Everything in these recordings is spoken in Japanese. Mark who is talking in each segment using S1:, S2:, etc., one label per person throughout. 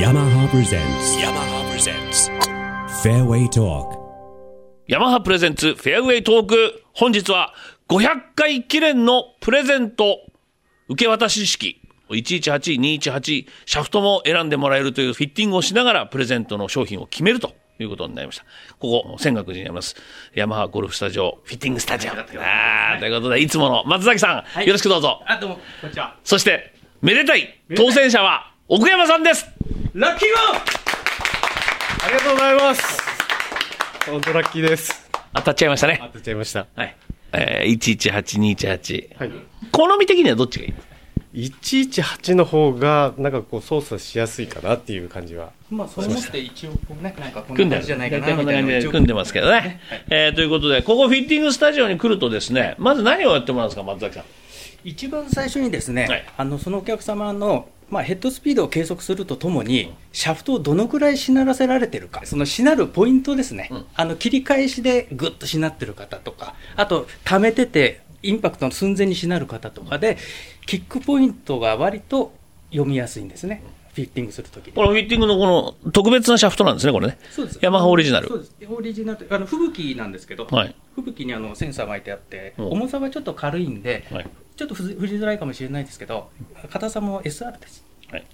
S1: yamaha presents yamaha presents fairway talk
S2: ヤマハプレゼンツフェアウェイトーク。本日は500回記念のプレゼント受け渡し式。118218シャフトも選んでもらえるというフィッティングをしながらプレゼントの商品を決めるということになりました。ここ、仙岳寺にあります。ヤマハゴルフスタジオフィッティングスタジオ。ああ、ということで、いつもの松崎さん、
S3: い
S2: よろしくどうぞ。
S3: あ、どうも、こんにちは。
S2: そして、めでたい当選者は奥山さんです。
S3: ラッキーワン
S4: ありがとうございます。本当ラッキーです。
S2: 当たっちゃいましたね。
S4: 当てちゃいました。
S2: はい。えー、118218。
S4: はい。
S2: 好み的にはどっちがいい
S4: 118の方が、なんかこう操作しやすいかなっていう感じは。
S3: まあ、そう思って一応、こうね、なんかこん
S2: 組ん
S3: な
S2: でる
S3: 感じじゃないかな、
S2: 大体こん
S3: み
S2: な
S3: たい
S2: 感じ
S3: な。
S2: で組んでますけどね。えーということで、ここフィッティングスタジオに来るとですね、まず何をやってもらうんですか、松崎さん。
S3: 一番最初にですね、
S2: はい
S3: あの、そのお客様の、まあ、ヘッドスピードを計測するとともに、シャフトをどのくらいしならせられてるか、そのしなるポイントですね、あの切り返しでぐっとしなってる方とか、あと、溜めてて、インパクトの寸前にしなる方とかで、キックポイントが割と読みやすいんですね、フィッティングするとき
S2: このフィッティングのこの特別なシャフトなんですね、これね。
S3: そうです
S2: ヤマハオリジナル
S3: そうですオリジナルあの吹雪なんですけど、
S2: はい
S3: 吹雪にあのセンサー巻いてあって、
S2: うん
S3: 重さはちょっと軽いんで、
S2: はい
S3: ちょっとふず振りづらいかもしれないですけど、硬さも SR です。
S2: はい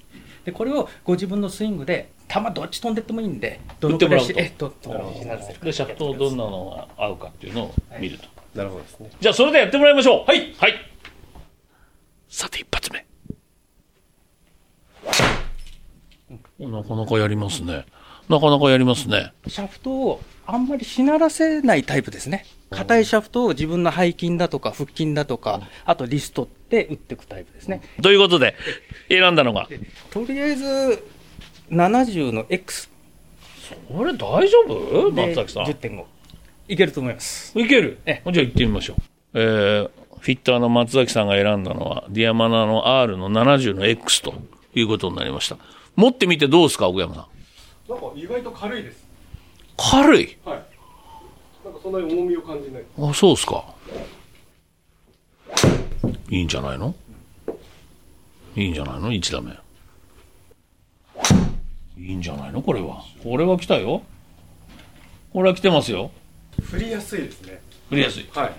S3: でこれをご自分のスイングで、球どっち飛んでってもいいんで、ど
S2: 打ってもらうと
S3: えっと、どのオリジナルです
S2: で、シャフトをどんなのが合うかっていうのを見ると。
S4: なるほどですね。
S2: じゃあ、それでやってもらいましょう。はい。はい。さて、一発目。なかなかやりますね。なかなかやりますね。
S3: シャフトをあんまりしならせないタイプですね。硬いシャフトを自分の背筋だとか腹筋だとか、あとリストって打っていくタイプですね。
S2: ということで、選んだのが。
S3: とりあえず、70の X
S2: これ大丈夫松崎さん。
S3: 10.5いけると思います
S2: いける
S3: え
S2: じゃあ行ってみましょう。えーフィッターの松崎さんが選んだのは、ディアマナの R の70の X ということになりました。持ってみてどうですか、奥山さん。
S4: なんか意外と軽いです。
S2: 軽い。
S4: はい。なんかそんなに重みを感じない。
S2: あ、そうですか。いいんじゃないのいいんじゃないの ?1 打目。いいんじゃないのこれは。これは来たよ。これは来てますよ。
S4: 振りやすいですね。
S2: 振りやすい。
S4: はい。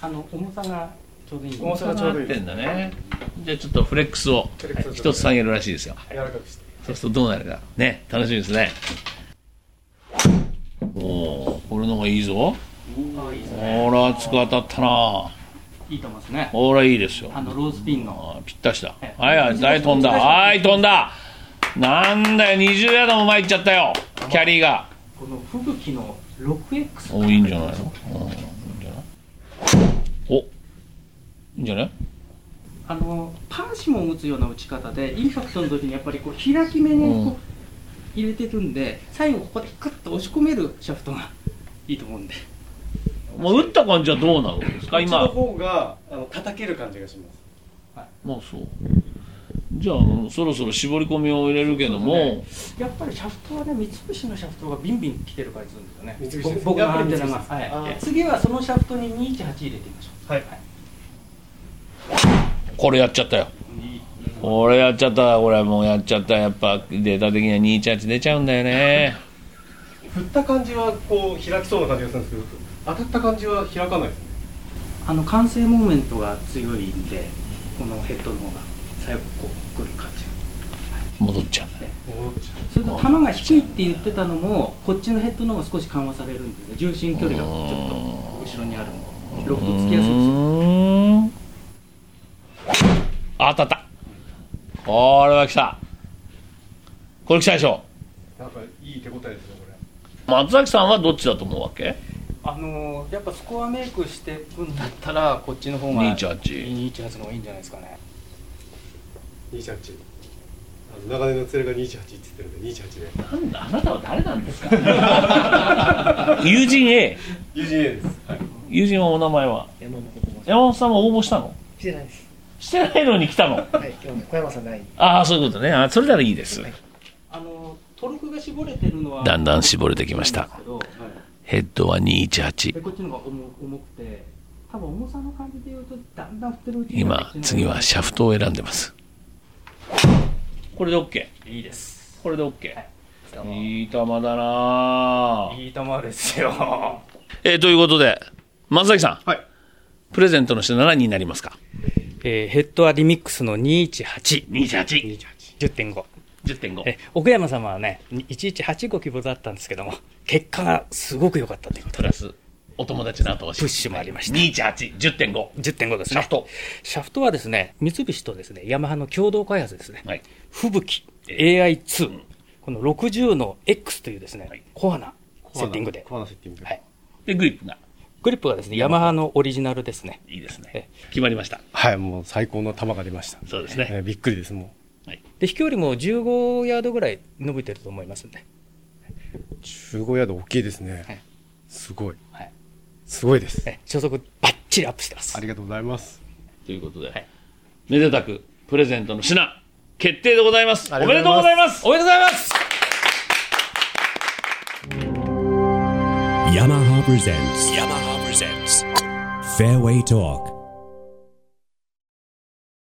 S3: あの重さがちょうどいい
S4: 重さがちょうどい
S2: 合
S4: い
S2: って
S4: です。
S2: んだね。じゃあちょっとフレックスを
S4: フレックスを
S2: 一つ下げるらしいですよ。
S4: 柔らかくして。
S2: そうするとどうなるか。ね、楽しみですね。おお、これの方がいいぞ。ほら、熱く当たったな。
S3: いいと思いますね
S2: ほら、いいですよ。
S3: あのローズピンの
S2: あーぴったしだ。
S3: ええ
S2: はい、はい、はい、飛んだ。はい、飛んだ。なんだよ、20ヤードも前行っちゃったよ。キャリーが。
S3: この吹雪の 6X
S2: お、いいんじゃないのうん、いいんじゃないお、いいんじゃない
S3: あのパーシモンを打つような打ち方でインパクトの時にやっぱりこう開き目に
S2: うん
S3: こう入れてるんで、最後ここでクッと押し込めるシャフトがいいと思うんで
S2: もう打った感じはどうなるんですか、
S4: こっちの
S2: 今。
S4: 方が、あの、叩ける感じがします。
S2: まあそう。じゃああの、そろそろ絞り込みを入れるけども、
S3: やっぱりシャフトはね三菱のシャフトがビンビン来てる感じするんですよね
S4: 三菱
S3: 僕
S4: です
S3: 僕のアンテナ
S4: や
S3: が、
S4: っぱり三菱です
S3: はい
S4: あー
S3: 次はそのシャフトに218入れてみましょう
S4: はい
S2: これやっちゃったよ。これやっちゃった、これもうやっちゃった。やっぱデータ的には218出ちゃうんだよね。
S4: 振った感じは、こう開きそうな感じがするんですけど。当たった感じは開かないですね。
S3: あの完成モーメントが強いんでこのヘッドの方が最後こう来る感じ
S2: 戻っちゃうんだよ。
S4: 戻っちゃ
S3: それと球が低いって言ってたのもこっちのヘッドの方が少し緩和されるんですね重心距離がちょっと後ろにあるのでロフトつきやすいです
S2: うーん。あ当たった。これは来た。これ来たでしょ。
S4: う。なんかいい手応えですね、これ。
S2: 松崎さんはどっちだと思うわけ
S3: あのーやっぱスコアメイクしていくんだったらこっちの方が
S2: 218
S3: 218の方がいいんじゃないですかね
S4: 218。あの長年の連れが218って言ってるんで、
S2: なん
S4: 218で。
S2: だ、あなたは誰なんですか友人 A。
S4: 友人 A です。はい。
S2: 友人はお名前は山本さんは応募したの
S5: してないです。
S2: してないのに来たの
S5: はい、今日小山さんない。
S2: ああそういうことねあそれならいいです
S3: あのートルクが絞れてるのは
S2: だんだん
S3: 絞
S2: 絞れてきましたヘッドは218
S3: こっちの方が重重くて多分重さの感じで言うとだんだん振ってるうちにこっ
S2: 今
S3: ちの方が
S2: 次はシャフトを選んでますこれで OK
S3: いいです
S2: これで OK、い、い球だなぁ
S3: いい球ですよ。
S2: えーということで松崎さん
S4: はい。
S2: プレゼントの品何になりますか
S3: えーヘッドはリミックスの218。
S2: 2810.5
S3: 10.5。え奥山様はね、118ご希望だったんですけども、結果がすごく良かったということ
S2: プラスお友達の後押し
S3: プッシュもありました
S2: 2810.5
S3: 10.5です
S2: シ
S3: ね。
S2: ャフト。
S3: シャフトはですね、三菱とですね、ヤマハの共同開発ですね。
S2: はい
S3: 吹雪 AI2、この60の X というですね、
S2: はい
S3: コアなセッティングで。
S4: コアなセッティングで。
S3: はい
S2: でグリップが
S3: グリップがですね、ヤマハのオリジナルですね。
S2: いいですね
S3: え
S2: 決まりました
S4: はい、もう最高の球が出ました。
S2: そうですね
S4: えーびっくりです、も
S3: で、飛距離も15ヤードぐらい伸びてると思いますんで。
S4: う。15ヤード大きいですね。
S3: はい
S4: すごい。
S3: はい
S4: すごいです。
S3: え初速バッチリアップしてます
S4: あ。りがとうございます。
S2: ということで、
S3: はい
S2: めでたくプレゼントの品決定でございます
S4: あ
S2: お
S4: り
S2: め
S4: が
S2: で
S4: と
S2: とう
S4: う
S2: ござ
S4: ござ
S2: い
S4: い
S2: ます
S3: おめでとうございます
S1: yamaha presents yamaha presents fairway talk